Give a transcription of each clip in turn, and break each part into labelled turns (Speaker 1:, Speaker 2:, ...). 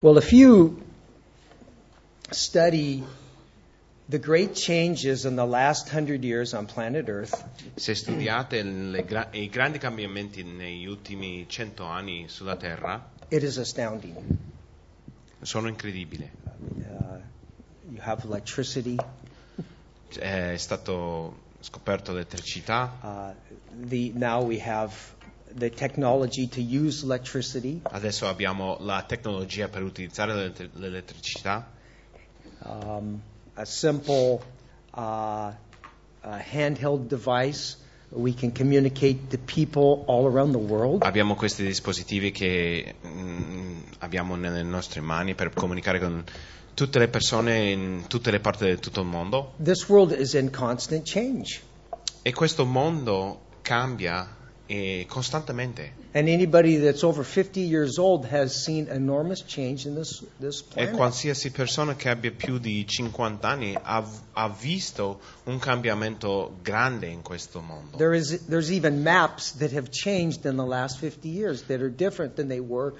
Speaker 1: Well, if you study the great changes in the last hundred years on planet Earth,
Speaker 2: Se studiate le gra- i grandi cambiamenti negli ultimi cento anni sulla Terra,
Speaker 1: it is astounding.
Speaker 2: sono incredibili.
Speaker 1: Uh, you have electricity,
Speaker 2: Cioè, È stato scoperto l'elettricità,
Speaker 1: uh, the, now we have the technology to use electricity,
Speaker 2: adesso abbiamo la tecnologia per utilizzare l'elett- l'elettricità,
Speaker 1: um, a simple uh, uh, handheld device. We can communicate to people all around the world.
Speaker 2: abbiamo questi dispositivi che mm, abbiamo nelle nostre mani per comunicare con tutte le persone in tutte le parti di tutto il mondo
Speaker 1: This world is in constant change.
Speaker 2: e questo mondo cambia eh, costantemente.
Speaker 1: And anybody that's over 50 years old has seen enormous change in this, this
Speaker 2: E
Speaker 1: planet.
Speaker 2: qualsiasi persona che abbia più di 50 anni ha, ha visto un cambiamento grande in questo mondo.
Speaker 1: There is, there's even maps that have changed in the last 50 years that are different than they were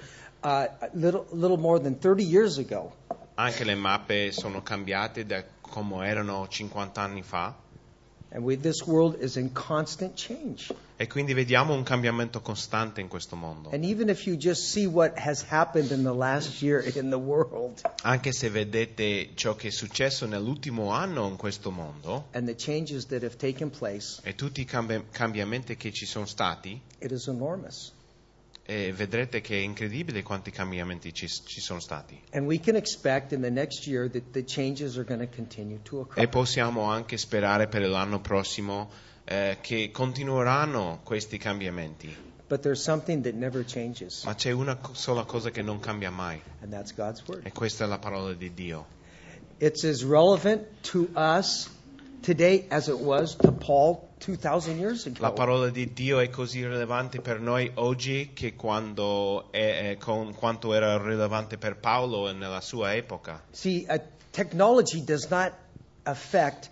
Speaker 1: uh, a little, little more than 30 years ago.
Speaker 2: Anche le mappe sono cambiate da come erano 50 anni fa
Speaker 1: And we, this world is in constant change.
Speaker 2: e quindi vediamo un cambiamento costante in questo mondo.
Speaker 1: And even if you just see what has happened in the last year in the world
Speaker 2: Anche se vedete ciò che è successo nell'ultimo anno in questo mondo
Speaker 1: and the changes that have taken place,
Speaker 2: e tutti i cambi- cambiamenti che ci sono stati,
Speaker 1: it is enormous.
Speaker 2: eh, vedrete che è incredibile quanti cambiamenti ci- ci sono stati.
Speaker 1: And we can expect in the next year that the changes are going to continue to occur.
Speaker 2: E possiamo anche sperare per l'anno prossimo eh, che continueranno questi cambiamenti.
Speaker 1: But there's something that never changes,
Speaker 2: Ma c'è una co- sola cosa che non cambia mai,
Speaker 1: and that's God's Word.
Speaker 2: e questa è la parola di Dio.
Speaker 1: It's as relevant to us today as it was to Paul 2,000 years
Speaker 2: La
Speaker 1: ago.
Speaker 2: parola di Dio è così rilevante per noi oggi che quando è- è con quanto era rilevante per Paolo nella sua epoca.
Speaker 1: See, uh, technology does not affect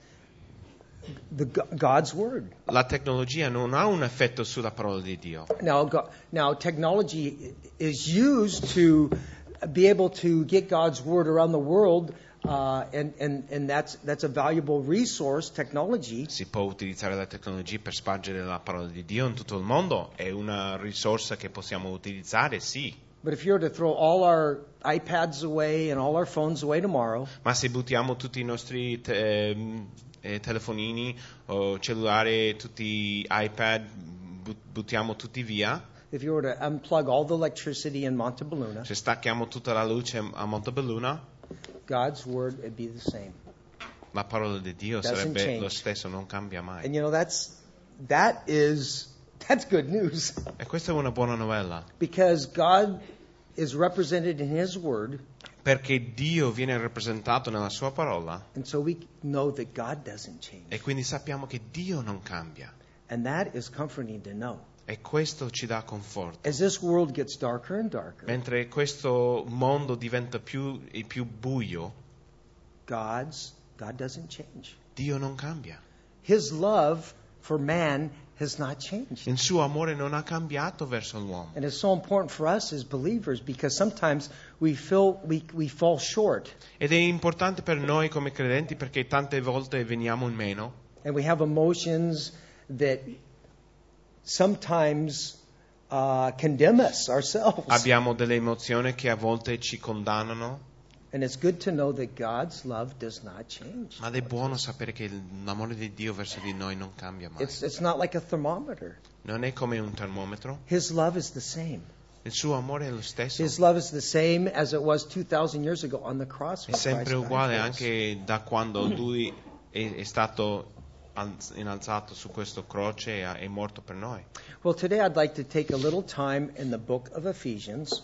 Speaker 1: the, G- God's Word.
Speaker 2: La tecnologia non ha un effetto sulla parola di Dio.
Speaker 1: Now, go, now, technology is used to be able to get God's Word around the world, uh, and, and, and that's, that's a valuable resource, technology.
Speaker 2: Si può utilizzare la tecnologia per spargere la parola di Dio in tutto il mondo, è una risorsa che possiamo utilizzare, sì.
Speaker 1: But if you were to throw all our iPads away and all our phones away tomorrow,
Speaker 2: Ma se buttiamo tutti i nostri te- ehm, eh, telefonini o cellulari, tutti i iPad, bu- buttiamo tutti via,
Speaker 1: if you were to unplug all the electricity in Montebelluna,
Speaker 2: se stacchiamo tutta la luce a Montebelluna,
Speaker 1: God's word would be the same.
Speaker 2: la parola di Dio
Speaker 1: Doesn't
Speaker 2: sarebbe
Speaker 1: change.
Speaker 2: lo stesso, non cambia mai.
Speaker 1: And you know that's that is that's good news
Speaker 2: E questa è una buona novella,
Speaker 1: because God is represented in his word
Speaker 2: perché Dio viene rappresentato nella sua parola
Speaker 1: and so we know that God doesn't change.
Speaker 2: e quindi sappiamo che Dio non cambia.
Speaker 1: And that is comforting to know.
Speaker 2: E questo ci dà conforto.
Speaker 1: As this world gets darker and darker,
Speaker 2: Mentre questo mondo diventa più e più buio,
Speaker 1: God's God doesn't change.
Speaker 2: Dio non cambia.
Speaker 1: His love for man has not changed.
Speaker 2: Il suo amore non ha cambiato verso l'uomo.
Speaker 1: And it's so important for us as believers because sometimes we feel we, we fall short
Speaker 2: Ed è importante per noi come credenti perché tante volte veniamo in meno
Speaker 1: and we have emotions that sometimes uh, condemn us ourselves.
Speaker 2: abbiamo delle emozioni che a volte ci condannano,
Speaker 1: And it's good to know that God's love does not change.
Speaker 2: ma è buono sapere che l'amore di Dio verso di noi non cambia mai.
Speaker 1: It's, it's not like a thermometer.
Speaker 2: Non è come un termometro,
Speaker 1: His love is the same.
Speaker 2: il suo amore è lo stesso.
Speaker 1: His love is the same as it was 2,000 years ago on the cross.
Speaker 2: È
Speaker 1: when
Speaker 2: sempre
Speaker 1: Christ died
Speaker 2: uguale
Speaker 1: for us.
Speaker 2: anche da quando lui è, è stato alz- innalzato su questo croce e ha- è morto per noi.
Speaker 1: Well, today I'd like to take a little time in the book of Ephesians.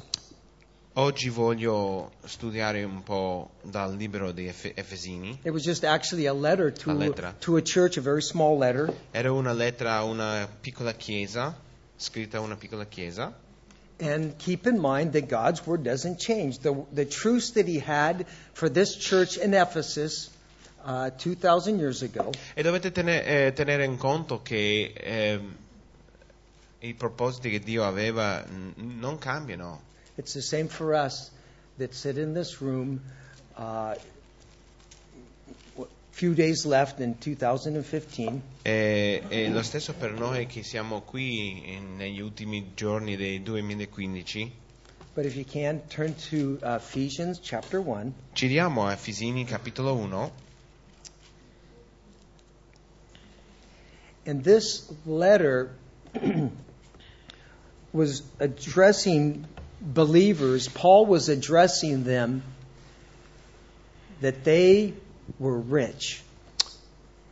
Speaker 2: Oggi voglio studiare un po' dal libro di Efe- Efesini.
Speaker 1: It was just actually a letter
Speaker 2: La
Speaker 1: to,
Speaker 2: lettera.
Speaker 1: to a church, a very small letter.
Speaker 2: Era una lettera a una piccola chiesa, scritta a una piccola chiesa,
Speaker 1: And keep in mind that God's word doesn't change. The, the truths that he had for this church in Ephesus uh, 2,000 years ago
Speaker 2: e dovete tene- eh, tenere in conto che ehm, i propositi che Dio aveva mm, non cambiano.
Speaker 1: It's the same for us that sit in this room. Uh, w- few days left in 2015.
Speaker 2: E, e lo stesso per noi che siamo qui eh, negli ultimi giorni del 2015.
Speaker 1: But if you can, turn to uh, Ephesians chapter 1.
Speaker 2: Giriamo a Fisini capitolo 1
Speaker 1: And this letter was addressing believers. Paul was addressing them that they were rich.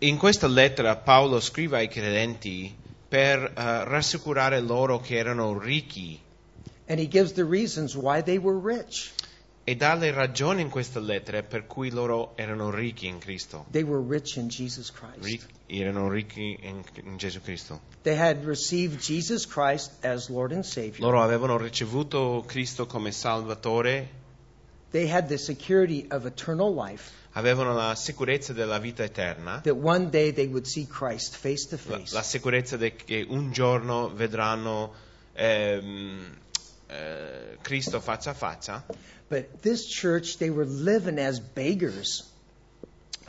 Speaker 2: In questa lettera Paolo scrive ai credenti per eh, rassicurare loro che erano ricchi
Speaker 1: And he gives the reasons why they were rich.
Speaker 2: e dà le ragioni in questa lettera per cui loro erano ricchi in Cristo.
Speaker 1: They were rich in Jesus Christ.
Speaker 2: Ric- erano ricchi in, in Gesù Cristo.
Speaker 1: They had received Jesus Christ as Lord and Savior.
Speaker 2: Loro avevano ricevuto Cristo come Salvatore,
Speaker 1: They had the security of eternal life
Speaker 2: avevano la sicurezza della vita eterna,
Speaker 1: that one day they would see Christ face to
Speaker 2: la,
Speaker 1: face.
Speaker 2: la sicurezza de- che un giorno vedranno ehm, eh, Cristo faccia a faccia.
Speaker 1: But this church, they were living as beggars.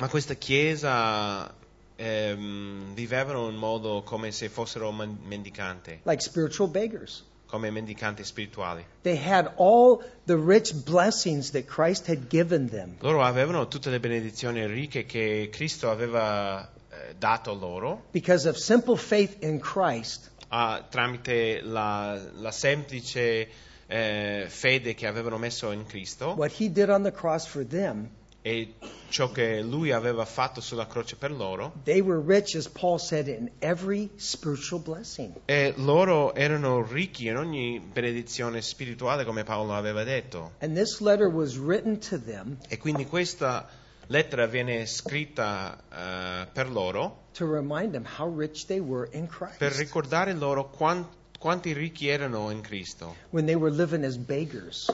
Speaker 2: Ma questa chiesa ehm, vivevano in modo come se fossero men- mendicanti,
Speaker 1: like spiritual beggars.
Speaker 2: come mendicanti spirituali.
Speaker 1: They had all the rich blessings that Christ had given them,
Speaker 2: Loro avevano tutte le benedizioni ricche che Cristo aveva eh, dato loro
Speaker 1: because of simple faith in Christ,
Speaker 2: ah, tramite la, la semplice eh, fede che avevano messo in Cristo
Speaker 1: what He did on the cross for them.
Speaker 2: e ciò che Lui aveva fatto sulla croce per loro.
Speaker 1: They were rich, as Paul said, in every spiritual blessing.
Speaker 2: E loro erano ricchi in ogni benedizione spirituale, come Paolo aveva detto.
Speaker 1: And this letter was written to them
Speaker 2: E quindi questa lettera viene scritta eh, per loro
Speaker 1: to remind them how rich they were in
Speaker 2: per
Speaker 1: Christ
Speaker 2: ricordare loro quan- quanti ricchi erano in Cristo,
Speaker 1: when they were living as beggars.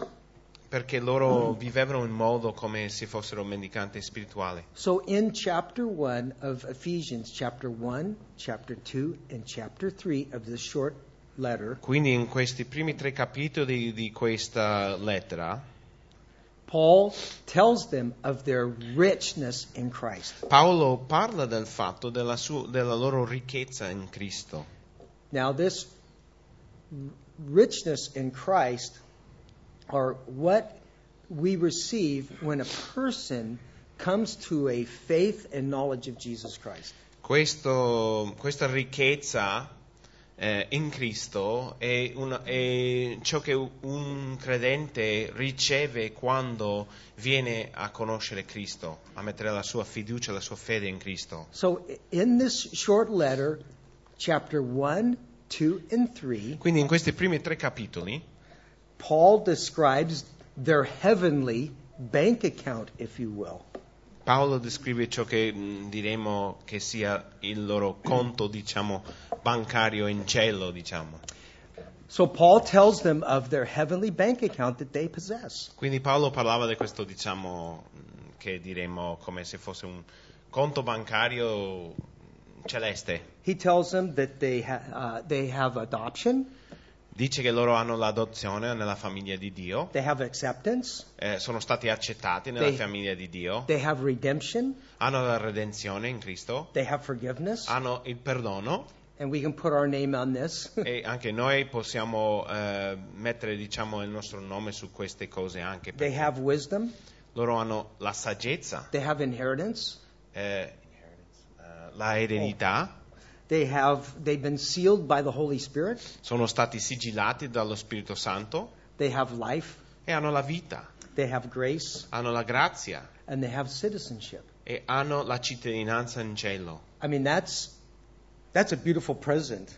Speaker 2: perché loro vivevano in modo come se fossero mendicanti spirituali.
Speaker 1: So, in chapter 1 of Ephesians, chapter 1, chapter 2, and chapter 3 of this short letter,
Speaker 2: Quindi in questi primi tre capitoli di questa lettera,
Speaker 1: Paul tells them of their richness in Christ.
Speaker 2: Paolo parla del fatto della, su- della loro ricchezza in Cristo.
Speaker 1: Now, this r- richness in Christ are what we receive when a person comes to a faith and knowledge of Jesus Christ.
Speaker 2: Questo- questa ricchezza eh, in Cristo è, una- è ciò che un credente riceve quando viene a conoscere Cristo, a mettere la sua fiducia, la sua fede in Cristo.
Speaker 1: So, i- in this short letter, chapter 1, 2, and 3,
Speaker 2: Quindi in questi primi tre capitoli
Speaker 1: Paul describes their heavenly bank account, if you will.
Speaker 2: Paolo descrive ciò che mh, diremo che sia il loro conto, diciamo, bancario in cielo, diciamo.
Speaker 1: So, Paul tells them of their heavenly bank account that they possess.
Speaker 2: Quindi Paolo parlava di questo, diciamo, mh, che diremmo come se fosse un conto bancario celeste.
Speaker 1: He tells them that they, ha- uh, they have adoption,
Speaker 2: Dice che loro hanno l'adozione nella famiglia di Dio,
Speaker 1: they have acceptance,
Speaker 2: eh, sono stati accettati nella
Speaker 1: Dei-
Speaker 2: famiglia di Dio,
Speaker 1: they have redemption,
Speaker 2: hanno la redenzione in Cristo,
Speaker 1: they have forgiveness,
Speaker 2: hanno il perdono
Speaker 1: and we can put our name on this.
Speaker 2: e anche noi possiamo eh, mettere, diciamo, il nostro nome su queste cose anche.
Speaker 1: they
Speaker 2: perché
Speaker 1: have wisdom,
Speaker 2: Loro hanno la saggezza,
Speaker 1: they have inheritance,
Speaker 2: eh, eh, la eredità,
Speaker 1: they have, they've been sealed by the Holy Spirit,
Speaker 2: sono stati sigillati dallo Spirito Santo.
Speaker 1: they have life,
Speaker 2: e hanno la vita,
Speaker 1: they have grace,
Speaker 2: hanno la grazia
Speaker 1: and they have citizenship.
Speaker 2: e hanno la cittadinanza in cielo.
Speaker 1: I mean, that's, that's a beautiful present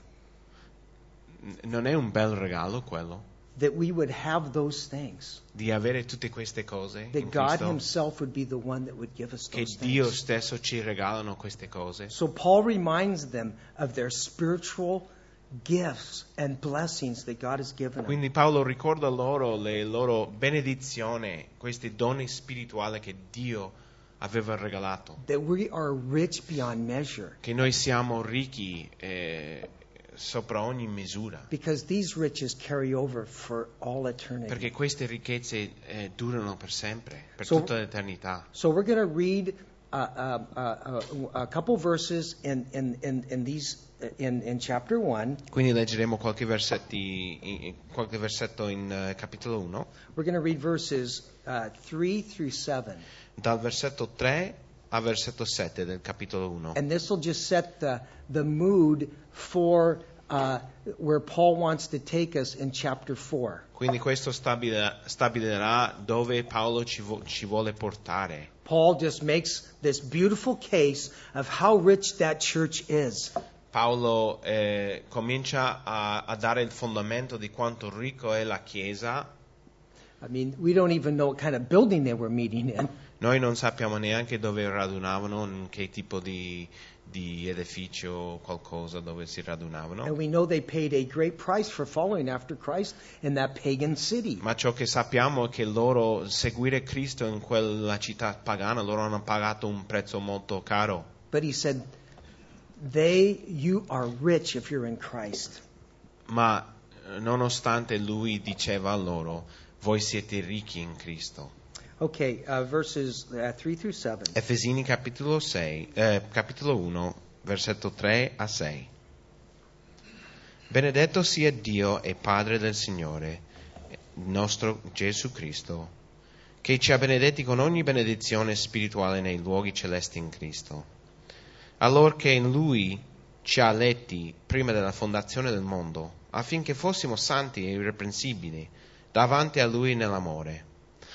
Speaker 2: N- Non è un bel regalo quello?
Speaker 1: that we would have those things,
Speaker 2: Di avere tutte queste cose in
Speaker 1: that God
Speaker 2: Cristo?
Speaker 1: Himself would be the one that would give us
Speaker 2: Che
Speaker 1: those things.
Speaker 2: Dio stesso ci regalano queste cose.
Speaker 1: So Paul reminds them of their spiritual gifts and blessings that God has given them.
Speaker 2: Quindi Paolo ricorda loro le loro benedizioni, questi doni spirituali che Dio aveva regalato.
Speaker 1: That we are rich beyond measure.
Speaker 2: Che noi siamo ricchi eh, sopra ogni misura,
Speaker 1: because these riches carry over for all eternity.
Speaker 2: perché queste ricchezze eh, durano per sempre, per
Speaker 1: So-
Speaker 2: tutta l'eternità.
Speaker 1: So we're going to read uh, uh, uh, uh, a couple verses in, in, in, in these in, in chapter one.
Speaker 2: Quindi leggeremo qualche, versetti, in- qualche versetto in eh, capitolo 1,
Speaker 1: We're going to read verses uh, three through seven,
Speaker 2: dal versetto 3 al versetto 7 del capitolo 1.
Speaker 1: and this will just set the the mood for uh, where Paul wants to take us in chapter four.
Speaker 2: Quindi questo stabila- stabilirà dove Paolo ci, vo- ci vuole portare.
Speaker 1: Paul just makes this beautiful case of how rich that church is.
Speaker 2: Paolo eh, comincia a, a dare il fondamento di quanto ricco è la Chiesa.
Speaker 1: I mean, we don't even know what kind of building they were meeting in.
Speaker 2: Noi non sappiamo neanche dove radunavano, in che tipo di, di edificio o qualcosa dove si radunavano.
Speaker 1: And we know they paid a great price for following after Christ in that pagan city.
Speaker 2: Ma ciò che sappiamo è che loro seguire Cristo in quella città pagana, loro hanno pagato un prezzo molto caro.
Speaker 1: But he said, They, you are rich if you're in Christ.
Speaker 2: Ma eh, nonostante lui diceva a loro, voi siete ricchi in Cristo.
Speaker 1: Okay, uh, verses uh, 3 through 7.
Speaker 2: Efesini capitolo, 6, eh, capitolo 1, versetto 3 a 6. Benedetto sia Dio e Padre del Signore, il nostro Gesù Cristo, che ci ha benedetti con ogni benedizione spirituale nei luoghi celesti in Cristo. Allorché in Lui ci ha eletti prima della fondazione del mondo, affinché fossimo santi e irreprensibili davanti a Lui nell'amore,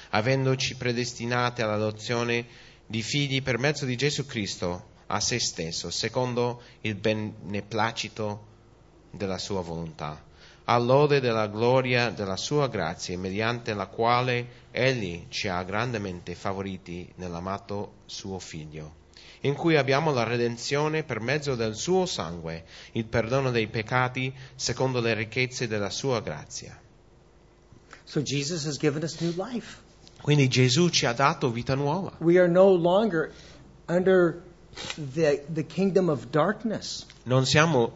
Speaker 2: avendoci predestinati all'adozione di figli per mezzo di Gesù Cristo a se stesso, secondo il beneplacito della sua volontà, all'ode della gloria della sua grazia, mediante la quale Egli ci ha grandemente favoriti nell'amato suo Figlio, in cui abbiamo la redenzione per mezzo del suo sangue, il perdono dei peccati, secondo le ricchezze della sua grazia.
Speaker 1: So Jesus has given us new life.
Speaker 2: Quindi Gesù ci ha dato vita nuova.
Speaker 1: We are no longer under the, the kingdom of darkness.
Speaker 2: Non siamo,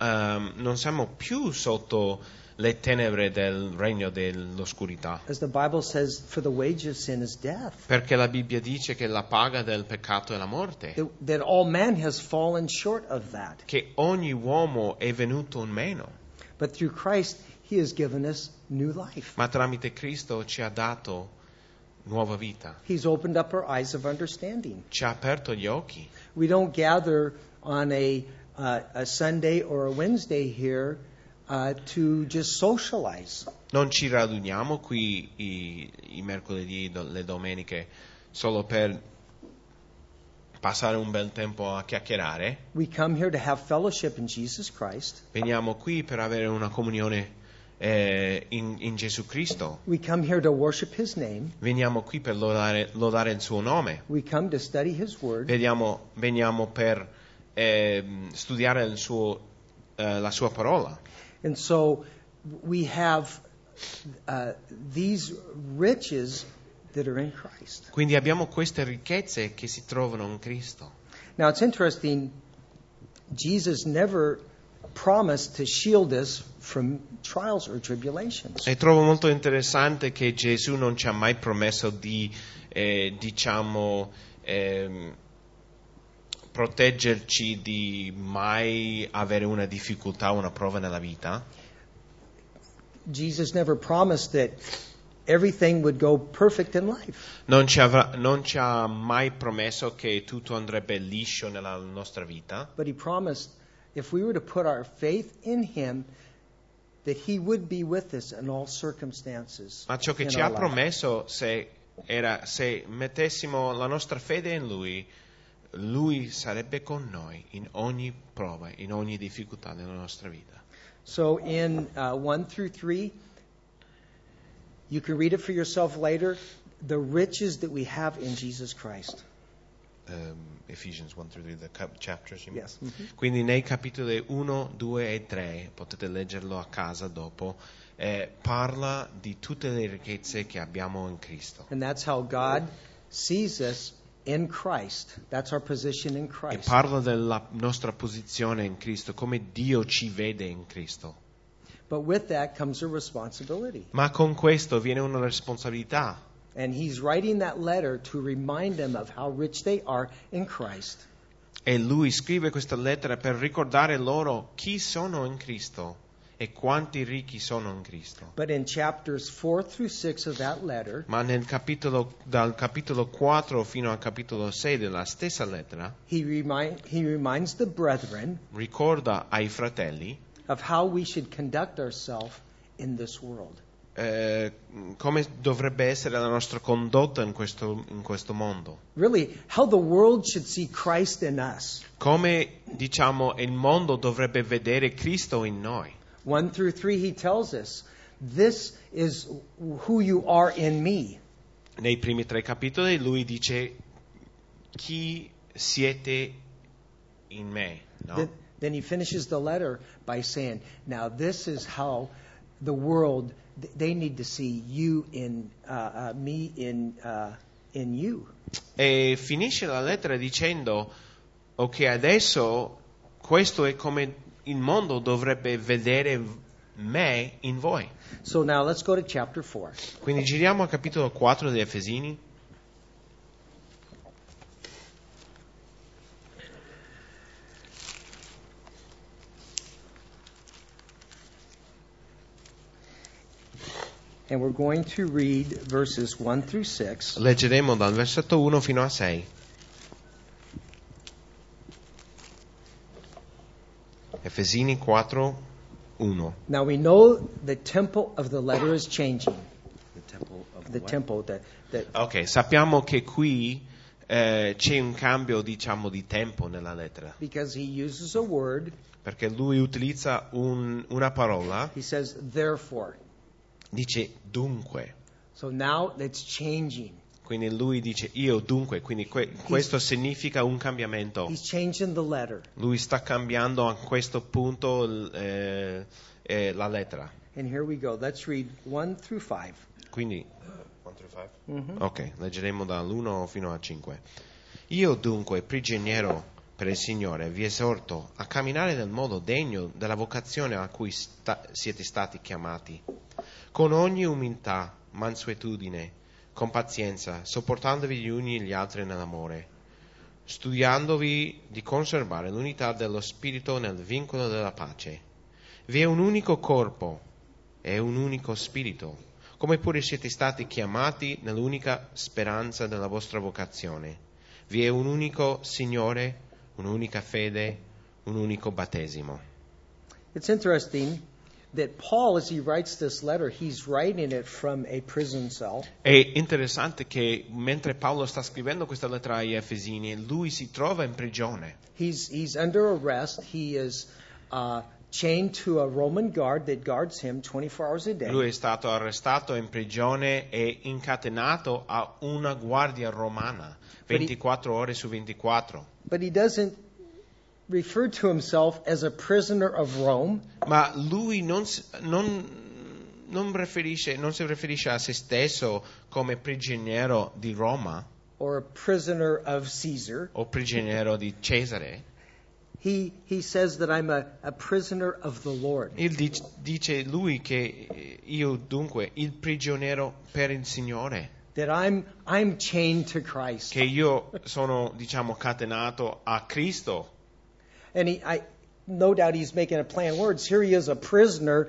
Speaker 2: ehm, non siamo più sotto le tenebre del regno dell'oscurità.
Speaker 1: As the Bible says, for the wage of sin is death.
Speaker 2: Perché la Bibbia dice che la paga del peccato è la morte.
Speaker 1: That, that all man has fallen short of that.
Speaker 2: che ogni uomo è venuto in meno,
Speaker 1: But through Christ, he has given us new life.
Speaker 2: ma tramite Cristo ci ha dato nuova vita,
Speaker 1: He's opened up our eyes of understanding.
Speaker 2: ci ha aperto gli occhi.
Speaker 1: We don't gather on a, uh, a Sunday or a Wednesday here uh, to just socialize.
Speaker 2: Non ci raduniamo qui i, i mercoledì, do- le domeniche, solo per passare un bel tempo a chiacchierare.
Speaker 1: We come here to have fellowship in Jesus Christ.
Speaker 2: Veniamo qui per avere una comunione eh, in, in Gesù Cristo.
Speaker 1: We come here to worship His name.
Speaker 2: Veniamo qui per lodare, lodare il suo nome.
Speaker 1: We come to study His Word.
Speaker 2: Veniamo, veniamo per ehm, studiare il suo- eh, la sua parola.
Speaker 1: And so we have uh, these riches that are in Christ.
Speaker 2: Quindi abbiamo queste ricchezze che si trovano in Cristo.
Speaker 1: Now it's interesting, Jesus never promised to shield us from trials or tribulations.
Speaker 2: E trovo molto interessante che Gesù non ci ha mai promesso di, eh, diciamo, ehm, proteggerci di mai avere una difficoltà, una prova nella vita.
Speaker 1: Jesus never promised that everything would go perfect in life.
Speaker 2: Non ci, avrà- non ci ha mai promesso che tutto andrebbe liscio nella nostra vita,
Speaker 1: But he promised if we were to put our faith in him, that he would be with us in all circumstances.
Speaker 2: ma ciò che
Speaker 1: in
Speaker 2: ci
Speaker 1: our
Speaker 2: ha
Speaker 1: life.
Speaker 2: promesso se era se mettessimo la nostra fede in Lui, Lui sarebbe con noi in ogni prova, in ogni difficoltà della nostra vita.
Speaker 1: So in uh, 1 through 3, you can read it for yourself later. The riches that we have in Jesus Christ.
Speaker 2: Um, Ephesians 1 through 3, the cap- chapters, you mean?
Speaker 1: Yes.
Speaker 2: Quindi nei capitoli 1, 2 e 3, potete leggerlo a casa dopo, eh, parla di tutte le ricchezze che abbiamo in Cristo.
Speaker 1: And that's how God sees us in Christ. That's our position in
Speaker 2: E
Speaker 1: Christ.
Speaker 2: parla della nostra posizione in Cristo, come Dio ci vede in Cristo.
Speaker 1: But with that comes a responsibility.
Speaker 2: Ma con questo viene una responsabilità.
Speaker 1: And he's writing that letter to remind them of how rich they are in Christ.
Speaker 2: E lui scrive questa lettera per ricordare loro chi sono in Cristo e quanti ricchi sono in Cristo.
Speaker 1: But in chapters 4 through 6 of that letter,
Speaker 2: Ma nel capitolo, dal capitolo 4 fino al capitolo 6 della stessa lettera
Speaker 1: he, remind, he reminds the brethren
Speaker 2: ricorda ai fratelli
Speaker 1: of how we should conduct ourselves in this world.
Speaker 2: eh, come dovrebbe essere la nostra condotta in questo, in questo mondo.
Speaker 1: Really, how the world should see Christ in us.
Speaker 2: Come diciamo il mondo dovrebbe vedere Cristo in noi.
Speaker 1: 1 through 3, he tells us, This is who you are in me.
Speaker 2: Nei primi tre capitoli lui dice chi siete in me. no?
Speaker 1: Then, then he finishes the letter by saying, Now, this is how the world, th- they need to see you in uh, uh, me in, uh, in you.
Speaker 2: E finisce la lettera dicendo ok adesso questo è come il mondo dovrebbe vedere me in voi.
Speaker 1: So now let's go to chapter 4.
Speaker 2: Quindi giriamo al capitolo 4 di Efesini.
Speaker 1: And we're going to read verses 1 through 6.
Speaker 2: Leggeremo dal versetto 1 fino a 6. Efesini 4, 1.
Speaker 1: Now we know the tempo of the letter is changing. The
Speaker 2: What?
Speaker 1: tempo, the, the,
Speaker 2: Ok, sappiamo che qui eh, c'è un cambio diciamo di tempo nella lettera,
Speaker 1: because he uses a word.
Speaker 2: perché lui utilizza un- una parola,
Speaker 1: He says, therefore.
Speaker 2: dice dunque,
Speaker 1: So now it's changing.
Speaker 2: quindi lui dice io dunque, quindi que- questo significa un cambiamento.
Speaker 1: He's changing the letter.
Speaker 2: Lui sta cambiando a questo punto l- eh, eh, la lettera.
Speaker 1: And here we go. Let's read 1 through 5.
Speaker 2: Quindi,
Speaker 1: Mhm.
Speaker 2: ok, leggeremo dall'1 fino al 5. Io dunque, prigioniero per il Signore, vi esorto a camminare nel modo degno della vocazione a cui sta- siete stati chiamati, con ogni umiltà, mansuetudine, con pazienza, sopportandovi gli uni e gli altri nell'amore, studiandovi di conservare l'unità dello Spirito nel vincolo della pace. Vi è un unico corpo e un unico spirito, come pure siete stati chiamati nell'unica speranza della vostra vocazione. Vi è un unico Signore, un'unica fede, un unico battesimo.
Speaker 1: It's interesting that Paul, as he writes this letter, he's writing it from a prison cell.
Speaker 2: È interessante che mentre Paolo sta scrivendo questa lettera agli Efesini, lui si trova in prigione.
Speaker 1: He's, he's under arrest. He is uh, chained to a Roman guard that guards him 24 hours a day.
Speaker 2: Lui è stato arrestato in prigione e incatenato a una guardia romana 24 ore su 24.
Speaker 1: But he doesn't refer to himself as a prisoner of Rome.
Speaker 2: Ma lui non, s- non- non riferisce- non si riferisce a se stesso come prigioniero di Roma
Speaker 1: or a prisoner of Caesar.
Speaker 2: o prigioniero di Cesare.
Speaker 1: He, he says that I'm a, a prisoner of the Lord.
Speaker 2: Il dic- dice lui che eh, io dunque il prigioniero per il Signore,
Speaker 1: That I'm, I'm chained to Christ.
Speaker 2: che io sono diciamo catenato a Cristo.
Speaker 1: And he, I, no doubt he's making a play on words. Here he is, a prisoner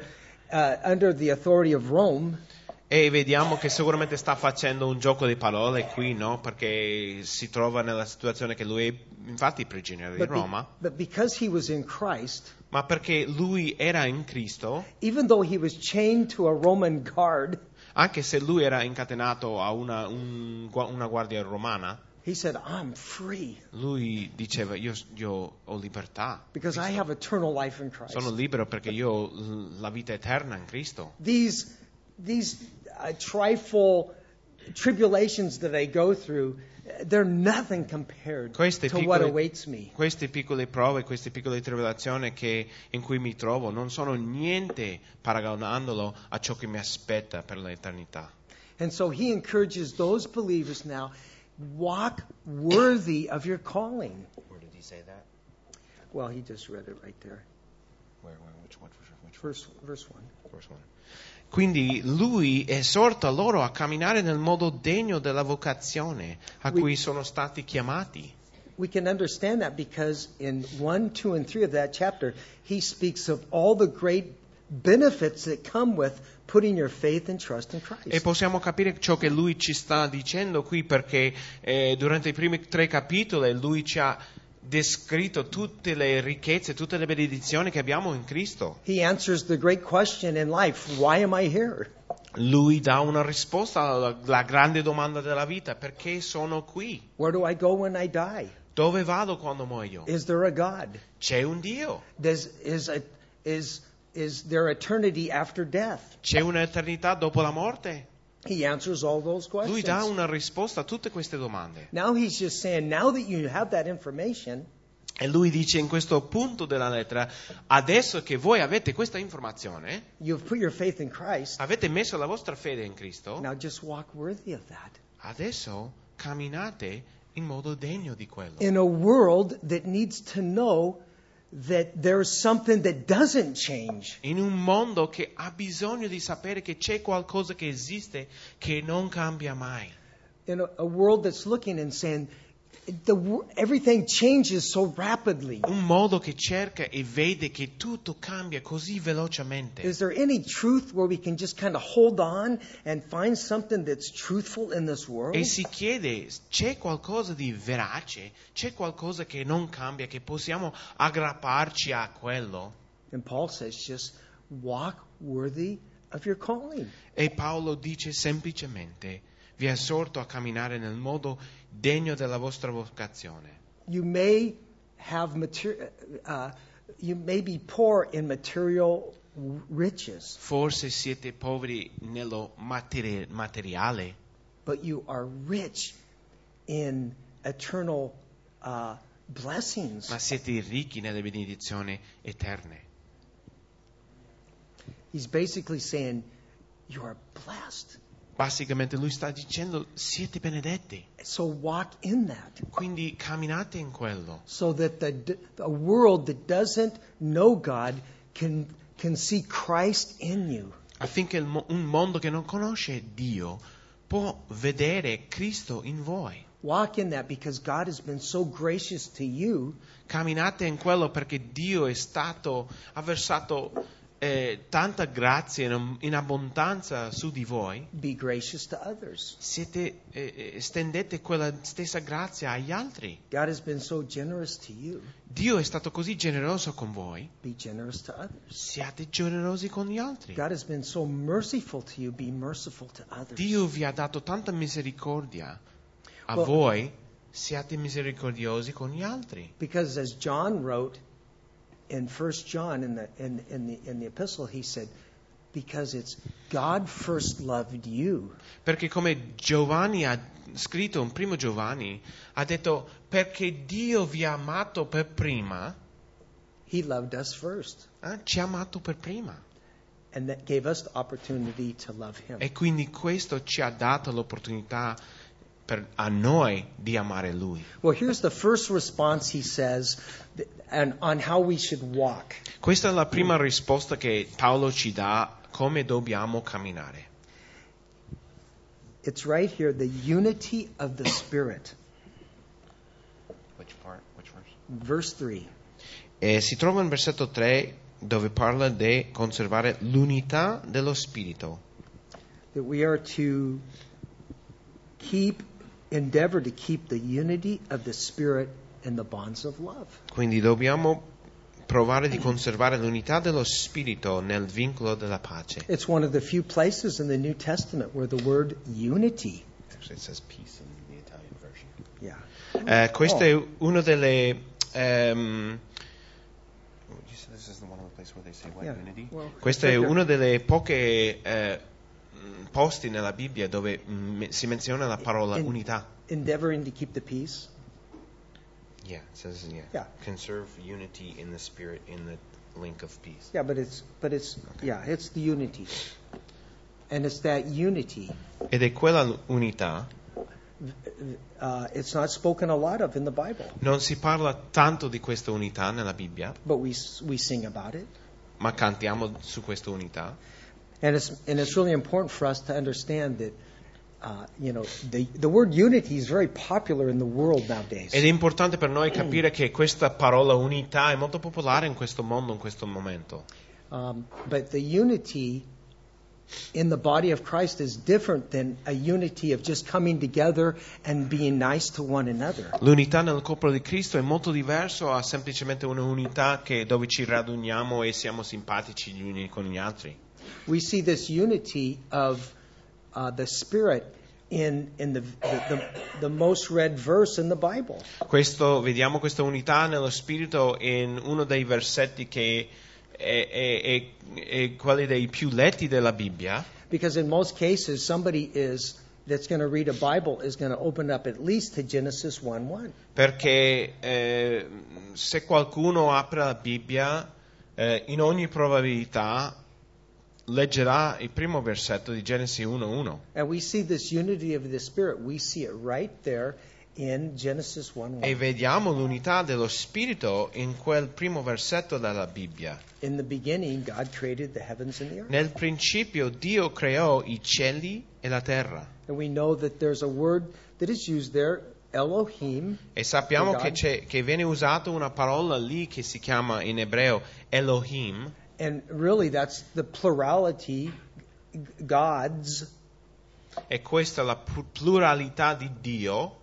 Speaker 1: uh, under the authority of Rome.
Speaker 2: E vediamo che sicuramente sta facendo un gioco di parole qui, no? Perché si trova nella situazione che lui è infatti prigioniero di
Speaker 1: But, be-
Speaker 2: Roma,
Speaker 1: but because he was in Christ,
Speaker 2: ma perché lui era in Cristo.
Speaker 1: even though he was chained to a Roman guard,
Speaker 2: Anche se lui era incatenato a una, un- gua- una guardia romana,
Speaker 1: he said, I'm free
Speaker 2: lui diceva io, io ho libertà,
Speaker 1: because I have eternal life in Christ.
Speaker 2: sono libero perché io ho l- la vita eterna in Cristo.
Speaker 1: these these uh, trifle tribulations that I go through, they're nothing compared
Speaker 2: Queste
Speaker 1: to what
Speaker 2: piccole-
Speaker 1: awaits me.
Speaker 2: Queste piccole prove, queste piccole tribolazioni che- in cui mi trovo non sono niente paragonandolo a ciò che mi aspetta per l'eternità.
Speaker 1: And so he encourages those believers now Walk worthy of your calling.
Speaker 2: Where did he say that?
Speaker 1: Well, he just read it right there.
Speaker 2: Where, where, which one? Which one?
Speaker 1: Verse, verse 1.
Speaker 2: Verse one. Quindi lui esorta loro a camminare nel modo degno della vocazione a
Speaker 1: We-
Speaker 2: cui sono stati chiamati.
Speaker 1: We can understand that because in 1, 2, and 3 of that chapter, he speaks of all the great benefits that come with putting your faith and trust in
Speaker 2: E
Speaker 1: Christ.
Speaker 2: possiamo capire ciò che lui ci sta dicendo qui perché eh, durante i primi tre capitoli lui ci ha descritto tutte le ricchezze, tutte le benedizioni che abbiamo in Cristo.
Speaker 1: He answers the great question in life why am I here?
Speaker 2: Lui dà una risposta alla alla grande domanda della vita, perché sono qui?
Speaker 1: Where do I go when I die?
Speaker 2: Dove vado quando muoio?
Speaker 1: Is there a God?
Speaker 2: C'è un Dio,
Speaker 1: Does, is, a, is, is there eternity after death?
Speaker 2: c'è un'eternità dopo la morte?
Speaker 1: He answers all those
Speaker 2: Lui
Speaker 1: questions.
Speaker 2: dà una risposta a tutte queste domande.
Speaker 1: Now he's just saying, now that you have that information,
Speaker 2: E lui dice in questo punto della lettera, adesso che voi avete questa informazione,
Speaker 1: you've put your faith in Christ,
Speaker 2: avete messo la vostra fede in Cristo,
Speaker 1: now just walk worthy of that.
Speaker 2: adesso camminate in modo degno di quello.
Speaker 1: In a world that needs to know that there's something that doesn't change.
Speaker 2: In un mondo che ha bisogno di sapere che c'è qualcosa che esiste che non cambia mai.
Speaker 1: In a, a world that's looking and saying, the, wor- everything changes so rapidly.
Speaker 2: Un mondo che cerca e vede che tutto cambia così velocemente.
Speaker 1: Is there any truth where we can just kind of hold on and find something that's truthful in this world?
Speaker 2: E si chiede, c'è qualcosa di verace? C'è qualcosa che non cambia, che possiamo aggrapparci a quello?
Speaker 1: And Paul says, just walk worthy of your calling.
Speaker 2: E Paolo dice semplicemente, vi esorto a camminare nel modo degno della vostra vocazione.
Speaker 1: You may have material, uh, you may be poor in material w- riches,
Speaker 2: Forse siete poveri nello materi- materiale,
Speaker 1: but you are rich in eternal uh, blessings.
Speaker 2: ma siete ricchi nelle benedizioni eterne.
Speaker 1: He's basically saying, you are blessed.
Speaker 2: Basicamente lui sta dicendo siete benedetti,
Speaker 1: So walk in that.
Speaker 2: quindi camminate in quello,
Speaker 1: so that the, a world that doesn't know God can, can see Christ in you.
Speaker 2: affinché il mo- un mondo che non conosce Dio può vedere Cristo in voi.
Speaker 1: Walk in that because God has been so gracious to you
Speaker 2: Camminate in quello perché Dio è stato, ha versato eh, tanta grazia in, in abbondanza su di voi.
Speaker 1: be gracious to others.
Speaker 2: Siete, eh, eh, stendete quella stessa grazia agli altri.
Speaker 1: God has been so generous to you.
Speaker 2: Dio è stato così generoso con voi,
Speaker 1: Be generous to others.
Speaker 2: siate generosi con gli altri.
Speaker 1: God has been so merciful to you. Be merciful to others.
Speaker 2: Dio vi ha dato tanta misericordia. A
Speaker 1: Well-
Speaker 2: voi siate misericordiosi con gli altri.
Speaker 1: Because as John wrote in 1 John in the, in, in, the, in the epistle, he said, because it's God first loved you.
Speaker 2: Perché come Giovanni ha scritto in primo Giovanni, ha detto perché Dio vi ha amato per prima,
Speaker 1: He loved us first.
Speaker 2: eh, ci ha amato per prima.
Speaker 1: and that gave us the opportunity to love him.
Speaker 2: E quindi questo ci ha dato l'opportunità per- a noi di amare Lui.
Speaker 1: Well, here's the first response he says th- and on how we should walk.
Speaker 2: Questa è la prima risposta che Paolo ci dà come dobbiamo camminare.
Speaker 1: It's right here, the unity of the spirit,
Speaker 2: Which part? Which verse?
Speaker 1: verse 3.
Speaker 2: E si trova in versetto 3 dove parla di conservare l'unità dello spirito,
Speaker 1: That we are to keep endeavor to keep the unity of the spirit in the bonds of love.
Speaker 2: quindi dobbiamo provare di conservare l'unità dello spirito nel vincolo della pace.
Speaker 1: It's one of the few places in the New Testament where the word unity, yeah,
Speaker 2: Eh, questa è una delle... ehm,
Speaker 1: yeah. Well,
Speaker 2: questa è una delle poche eh, mh, posti nella Bibbia dove mh, si menziona la parola
Speaker 1: In-
Speaker 2: unità.
Speaker 1: endeavoring to keep the peace.
Speaker 2: Yeah, it says yeah.
Speaker 1: Yeah.
Speaker 2: Conserve unity in the spirit in the link of peace.
Speaker 1: Yeah, but it's but it's yeah, it's the unity. And it's that unity
Speaker 2: Ed è quella unità
Speaker 1: Uh, it's not spoken a lot of in the Bible,
Speaker 2: Non si parla tanto di questa unità nella Bibbia,
Speaker 1: but we, s- we sing about it.
Speaker 2: ma cantiamo su questa unità.
Speaker 1: And it's, and it's really important for us to understand that, uh, you know, the, the word unity is very popular in the world nowadays.
Speaker 2: Ed è importante per noi capire che questa parola unità è molto popolare in questo mondo, in questo momento.
Speaker 1: Um, but the unity in the body of Christ is different than a unity of just coming together and being nice to one another.
Speaker 2: L'unità nel corpo di Cristo è molto diverso a semplicemente un'unità che- dove ci raduniamo e siamo simpatici gli uni con gli altri.
Speaker 1: We see this unity of uh, the Spirit in, in the, the, the, the most read verse in the Bible.
Speaker 2: Questo- vediamo questa unità nello Spirito in uno dei versetti che è, è- è- è quelli dei più letti della Bibbia,
Speaker 1: Because in most cases, somebody is that's going to read a Bible is going to open up at least to Genesis 1 1.
Speaker 2: perché eh, se qualcuno apre la Bibbia, eh, in ogni probabilità leggerà il primo versetto di Genesi 1.1.
Speaker 1: And we see this unity of the Spirit, we see it right there in Genesis 1 1.
Speaker 2: E vediamo l'unità dello Spirito in quel primo versetto della Bibbia.
Speaker 1: In the beginning, God created the heavens and the earth.
Speaker 2: Nel principio Dio creò i cieli e la terra.
Speaker 1: And we know that there's a word that is used there, Elohim,
Speaker 2: E sappiamo
Speaker 1: God.
Speaker 2: che, c'è- che viene usata una parola lì che si chiama in ebreo Elohim,
Speaker 1: and really that's the plurality, g- gods.
Speaker 2: e questa è la pu- pluralità di Dio.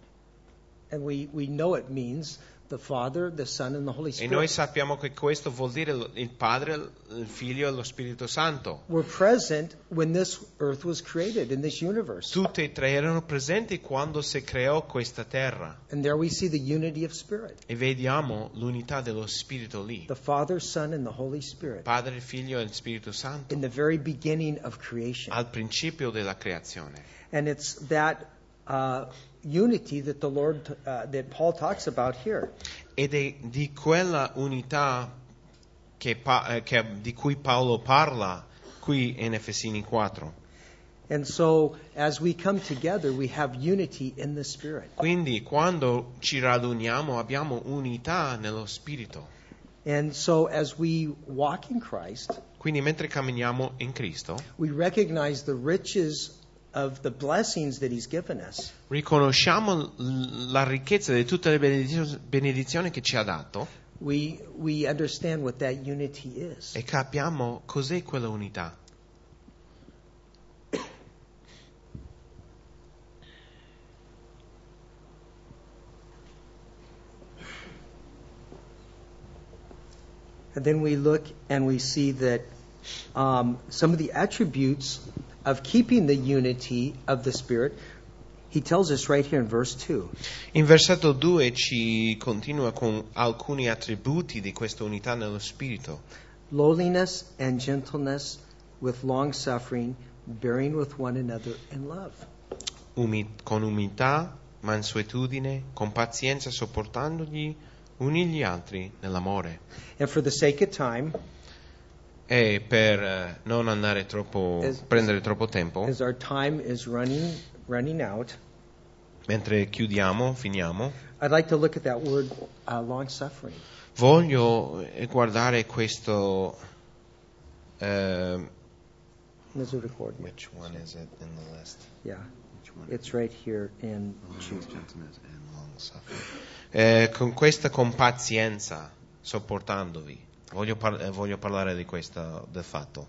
Speaker 1: And we, we know it means the Father, the Son, and the Holy
Speaker 2: E
Speaker 1: Spirit
Speaker 2: noi sappiamo che questo vuol dire lo- il Padre, il Figlio e lo Spirito Santo.
Speaker 1: were present when this earth was created, in this universe.
Speaker 2: Tutti e tre erano presenti quando si creò questa terra.
Speaker 1: And there we see the unity of Spirit
Speaker 2: E vediamo l'unità dello Spirito lì.
Speaker 1: the Father, Son, and the Holy Spirit
Speaker 2: Padre, Figlio e Spirito Santo
Speaker 1: in the very beginning of creation.
Speaker 2: al principio della creazione.
Speaker 1: And it's that uh, unity that the Lord, uh, that Paul talks about here.
Speaker 2: Ed è di quella unità che pa- eh, che- di cui Paolo parla qui in Efesini 4.
Speaker 1: And so, as we come together, we have unity in the Spirit.
Speaker 2: Quindi quando ci raduniamo abbiamo unità nello Spirito.
Speaker 1: And so, as we walk in Christ,
Speaker 2: Quindi mentre camminiamo in Cristo
Speaker 1: we recognize the riches of the blessings that He's given us.
Speaker 2: riconosciamo l- la ricchezza di tutte le benedizio- benedizioni che ci ha dato
Speaker 1: We, we understand what that unity is.
Speaker 2: e capiamo cos'è quella unità.
Speaker 1: And then we look and we see that um, some of the attributes of keeping the unity of the Spirit, He tells us right here in verse 2.
Speaker 2: In versetto 2 ci continua con alcuni attributi di questa unità nello Spirito.
Speaker 1: lowliness and gentleness with long suffering, bearing with one another in love.
Speaker 2: Umi- con umiltà, mansuetudine, con pazienza sopportandogli uni gli altri nell'amore.
Speaker 1: And for the sake of time,
Speaker 2: E per eh, non andare troppo,
Speaker 1: Es-
Speaker 2: prendere troppo tempo,
Speaker 1: as our time is running running out,
Speaker 2: mentre chiudiamo, finiamo,
Speaker 1: I'd like to look at that word uh, long suffering.
Speaker 2: voglio eh, guardare questo... eh, which one is it in the list?
Speaker 1: Yeah,
Speaker 2: Which one?
Speaker 1: it's right here in Jude.
Speaker 2: Eh, con questa con pazienza, sopportandovi. Voglio, par- eh, voglio parlare di questo del fatto.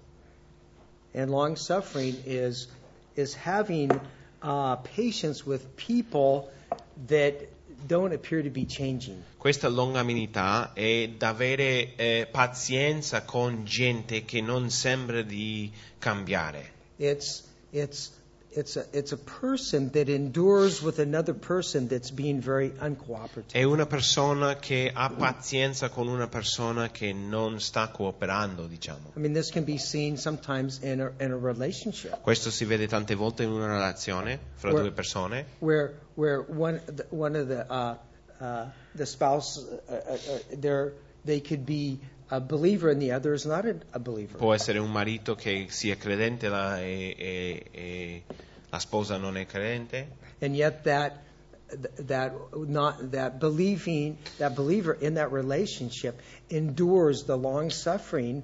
Speaker 1: And long suffering is is having uh, patience with people that don't appear to be changing.
Speaker 2: Questa longaminità è d'avere eh, pazienza con gente che non sembra di cambiare.
Speaker 1: It's it's it's a it's a person that endures with another person that's being very uncooperative.
Speaker 2: È una persona che ha pazienza con una persona che non sta cooperando, diciamo.
Speaker 1: I mean, this can be seen sometimes in a in a relationship
Speaker 2: Questo si vede tante volte in una relazione fra
Speaker 1: Well-
Speaker 2: due persone.
Speaker 1: where where one the- one of the uh, uh, the spouse uh, uh, uh, they're, they could be a believer and the other is not a, a believer.
Speaker 2: Può essere un marito che sia credente la- e, e- e la sposa non è credente.
Speaker 1: and yet that that not that believing that believer in that relationship endures the long suffering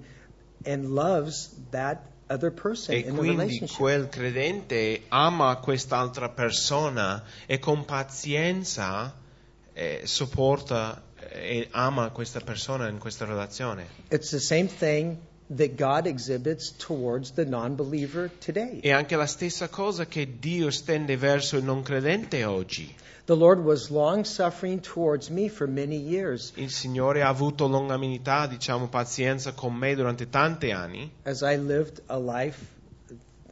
Speaker 1: and loves that other person
Speaker 2: E
Speaker 1: in the
Speaker 2: quindi
Speaker 1: relationship.
Speaker 2: quel credente ama quest'altra persona e con pazienza eh, sopporta eh, e ama questa persona in questa relazione.
Speaker 1: It's the same thing that God exhibits towards the non-believer today.
Speaker 2: È anche la stessa cosa che Dio stende verso il non credente oggi.
Speaker 1: The Lord was long suffering towards me for many years
Speaker 2: Il Signore ha avuto longaminità, diciamo pazienza con me durante tanti anni,
Speaker 1: as I lived a life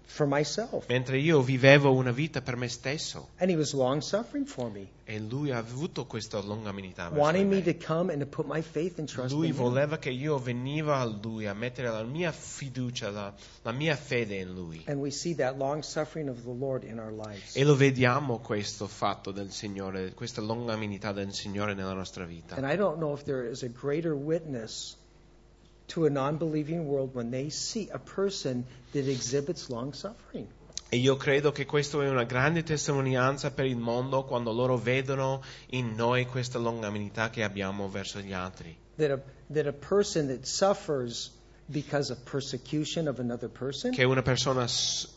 Speaker 1: for myself.
Speaker 2: mentre io vivevo una vita per me stesso.
Speaker 1: And he was long suffering for me,
Speaker 2: E lui ha avuto questa longaminità. verso di
Speaker 1: wanting me
Speaker 2: me.
Speaker 1: to come and to put my faith and trust
Speaker 2: Lui
Speaker 1: in him.
Speaker 2: voleva che io veniva a lui a mettere la mia fiducia, la, la mia fede in lui.
Speaker 1: And we see that long suffering of the Lord in our lives.
Speaker 2: E lo vediamo questo fatto del Signore, questa longaminità del Signore nella nostra vita.
Speaker 1: And I don't know if there is a greater witness to a non believing world when they see a person that exhibits long suffering.
Speaker 2: E io credo che questa è una grande testimonianza per il mondo quando loro vedono in noi questa longaminità che abbiamo verso gli altri.
Speaker 1: That a, that a person that suffers because of persecution of another person
Speaker 2: Che una persona s-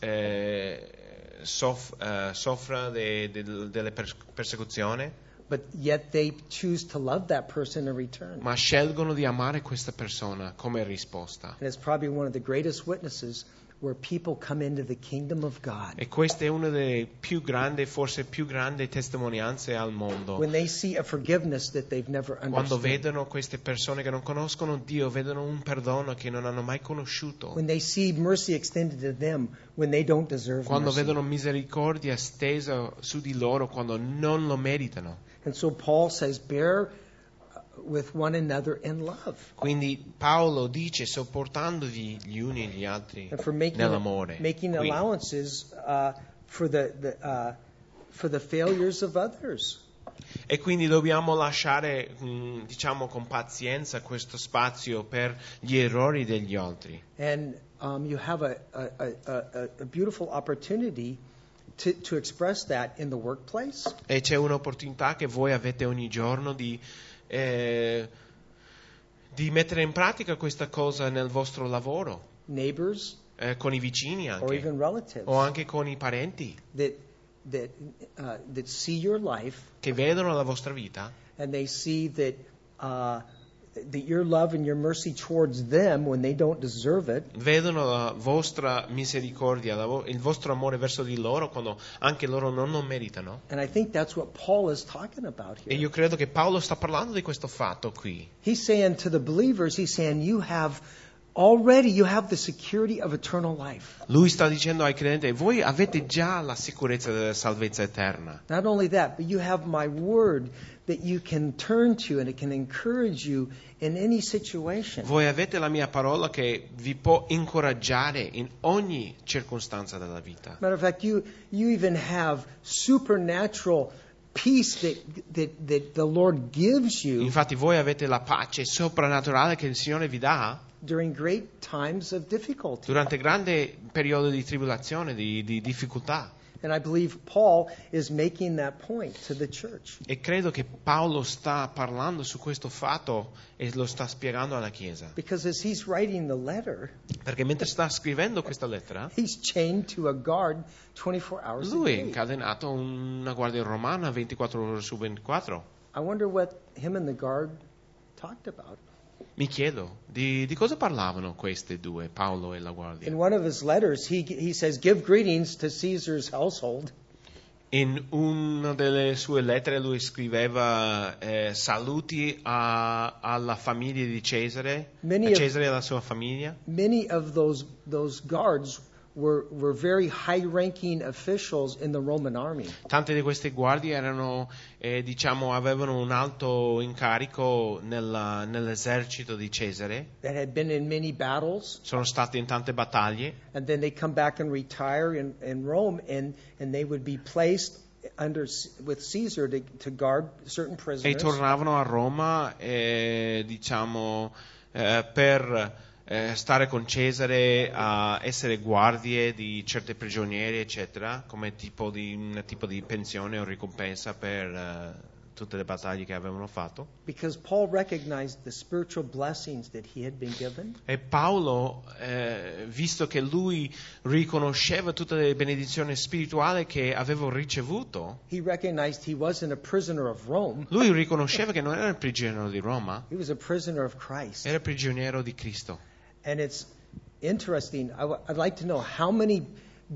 Speaker 2: eh, soff- eh, soffra de- de- delle pers- persecuzioni,
Speaker 1: but yet they choose to love that person in return.
Speaker 2: ma scelgono di amare questa persona come risposta.
Speaker 1: And it's probably one of the greatest witnesses where people come into the kingdom of God.
Speaker 2: E questa è una delle più grandi, forse più grandi testimonianze al mondo.
Speaker 1: When they see a forgiveness that they've never
Speaker 2: Quando
Speaker 1: understood.
Speaker 2: vedono queste persone che non conoscono Dio, vedono un perdono che non hanno mai conosciuto.
Speaker 1: When they see mercy extended to them when they don't deserve
Speaker 2: Quando
Speaker 1: mercy.
Speaker 2: vedono misericordia stesa su di loro quando non lo meritano.
Speaker 1: And so Paul says, bear uh, with one another in love.
Speaker 2: Quindi Paolo dice sopportandovi gli uni e gli altri
Speaker 1: And for making,
Speaker 2: nell'amore.
Speaker 1: making
Speaker 2: Qui.
Speaker 1: allowances uh, for, the, the, uh, for the failures of others.
Speaker 2: E quindi dobbiamo lasciare, mh, diciamo, con pazienza questo spazio per gli errori degli altri.
Speaker 1: And um, you have a, a, a, a, a beautiful opportunity to, to express that in the workplace.
Speaker 2: E c'è un'opportunità che voi avete ogni giorno di, eh, di mettere in pratica questa cosa nel vostro lavoro,
Speaker 1: Neighbors
Speaker 2: eh, con i vicini
Speaker 1: or
Speaker 2: anche,
Speaker 1: even relatives
Speaker 2: o anche con i parenti
Speaker 1: that, that, uh, that see your life
Speaker 2: che vedono la vostra vita
Speaker 1: and they see that, uh, that your love and your mercy towards them when they don't deserve it
Speaker 2: vedono la vostra misericordia, la vo- il vostro amore verso di loro quando anche loro non lo meritano.
Speaker 1: And I think that's what Paul is talking about
Speaker 2: E
Speaker 1: here.
Speaker 2: io credo che Paolo sta parlando di questo fatto qui.
Speaker 1: he's saying to the believers, he's saying, you have already, you have the security of eternal life.
Speaker 2: Lui sta dicendo ai credenti, voi avete già la sicurezza della salvezza eterna.
Speaker 1: Not only that, but you have my word that you can turn to and it can encourage you in any situation.
Speaker 2: Voi avete la mia parola che vi può incoraggiare in ogni circostanza della vita.
Speaker 1: Matter of fact, you, you even have supernatural peace that, that, that the Lord gives you
Speaker 2: Infatti voi avete la pace soprannaturale che il Signore vi dà
Speaker 1: during great times of difficulty.
Speaker 2: durante grandi periodi di tribolazione, di, di difficoltà.
Speaker 1: And I believe Paul is making that point to the church.
Speaker 2: E credo che Paolo sta parlando su questo fatto e lo sta spiegando alla Chiesa.
Speaker 1: Because as he's writing the letter,
Speaker 2: Perché mentre sta scrivendo questa lettera,
Speaker 1: He's chained to a guard 24 hours
Speaker 2: lui è
Speaker 1: a day.
Speaker 2: incatenato a una guardia romana 24 ore su 24.
Speaker 1: I wonder what him and the guard talked about.
Speaker 2: Mi chiedo, di, di cosa parlavano queste due, Paolo e la guardia?
Speaker 1: In one of his letters, he, he says, Give greetings to Caesar's household.
Speaker 2: In una delle sue lettere lui scriveva eh, saluti a- alla famiglia di Cesare,
Speaker 1: Many
Speaker 2: a
Speaker 1: of-
Speaker 2: Cesare e alla sua famiglia.
Speaker 1: Many of those, those guards were, were very high ranking officials in the Roman army.
Speaker 2: Tante di queste guardie erano, eh, diciamo, avevano un alto incarico nella- nell'esercito di Cesare,
Speaker 1: That had been in many battles,
Speaker 2: sono state in tante battaglie
Speaker 1: and then they come back and retire in, in Rome, and, and they would be placed under C- with Caesar to, to guard certain
Speaker 2: e
Speaker 1: prisoners.
Speaker 2: tornavano a Roma, eh, diciamo, eh, per eh, eh, stare con Cesare, a essere guardie di certi prigionieri, eccetera, come tipo di, un tipo di pensione o ricompensa per eh, tutte le battaglie che avevano fatto.
Speaker 1: because Paul recognized the spiritual blessings that he had been given.
Speaker 2: E Paolo, eh, visto che lui riconosceva tutte le benedizioni spirituali che aveva ricevuto,
Speaker 1: He recognized he wasn't a prisoner of Rome,
Speaker 2: lui riconosceva che non era il prigioniero di Roma,
Speaker 1: he was a prisoner of Christ.
Speaker 2: era il prigioniero di Cristo.
Speaker 1: And it's interesting. I w- I'd like to know how many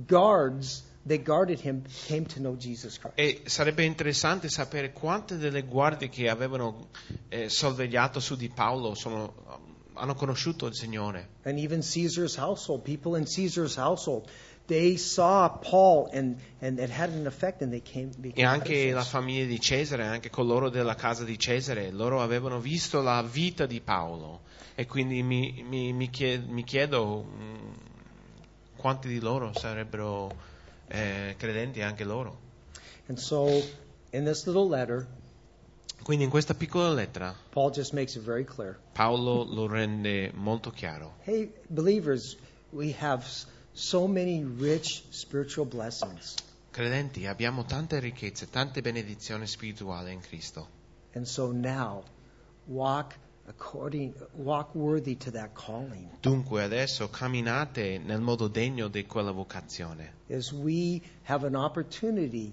Speaker 1: guards that guarded him came to know Jesus Christ.
Speaker 2: E sarebbe interessante sapere quante delle guardie che avevano eh, sorvegliato su di Paolo sono- um, hanno conosciuto il Signore.
Speaker 1: And even Caesar's household, people in Caesar's household, they saw Paul and, and it had an effect and they came.
Speaker 2: E
Speaker 1: became
Speaker 2: anche la
Speaker 1: Christians.
Speaker 2: famiglia di Cesare, anche coloro della casa di Cesare, loro avevano visto la vita di Paolo. E quindi mi, mi- mi chie- mi chiedo mm, quanti di loro sarebbero eh, credenti anche loro.
Speaker 1: And so in this little letter,
Speaker 2: Quindi in questa piccola lettera
Speaker 1: Paul just makes it very clear.
Speaker 2: Paolo lo rende molto chiaro.
Speaker 1: Hey, believers, we have s- so many rich spiritual blessings.
Speaker 2: Credenti, abbiamo tante ricchezze, tante benedizioni spirituali in Cristo.
Speaker 1: And so now, walk according, walk worthy to that calling.
Speaker 2: Dunque adesso camminate nel modo degno di quella vocazione.
Speaker 1: As we have an opportunity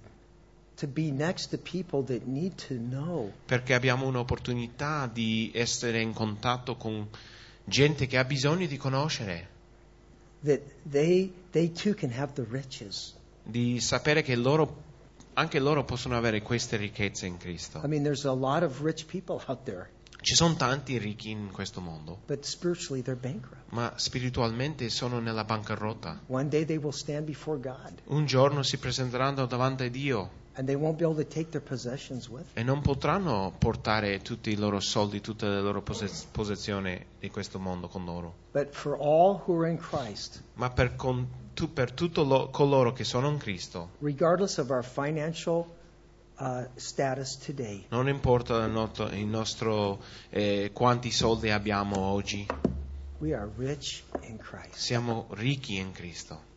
Speaker 1: to be next to people that need to know
Speaker 2: perché abbiamo un'opportunità di essere in contatto con gente che ha bisogno di conoscere,
Speaker 1: that they, they too can have the riches.
Speaker 2: di sapere che loro, anche loro possono avere queste ricchezze in
Speaker 1: I
Speaker 2: Cristo.
Speaker 1: mean, there's a lot of rich people out there,
Speaker 2: Ci sono tanti ricchi in questo mondo,
Speaker 1: but spiritually they're bankrupt.
Speaker 2: ma spiritualmente sono nella bancarotta.
Speaker 1: One day they will stand before God
Speaker 2: Un giorno si presenteranno davanti a Dio
Speaker 1: and they won't be able to take their possessions with them.
Speaker 2: e non potranno portare tutti i loro soldi, tutte le loro pose- possessioni di questo mondo con loro.
Speaker 1: But for all who are in Christ,
Speaker 2: Ma per, con- tu- per tutti coloro che sono in Cristo,
Speaker 1: regardless of our financial uh, status today,
Speaker 2: Non importa il not- il nostro, eh, quanti soldi abbiamo oggi,
Speaker 1: we are rich in Christ.
Speaker 2: siamo ricchi in Cristo.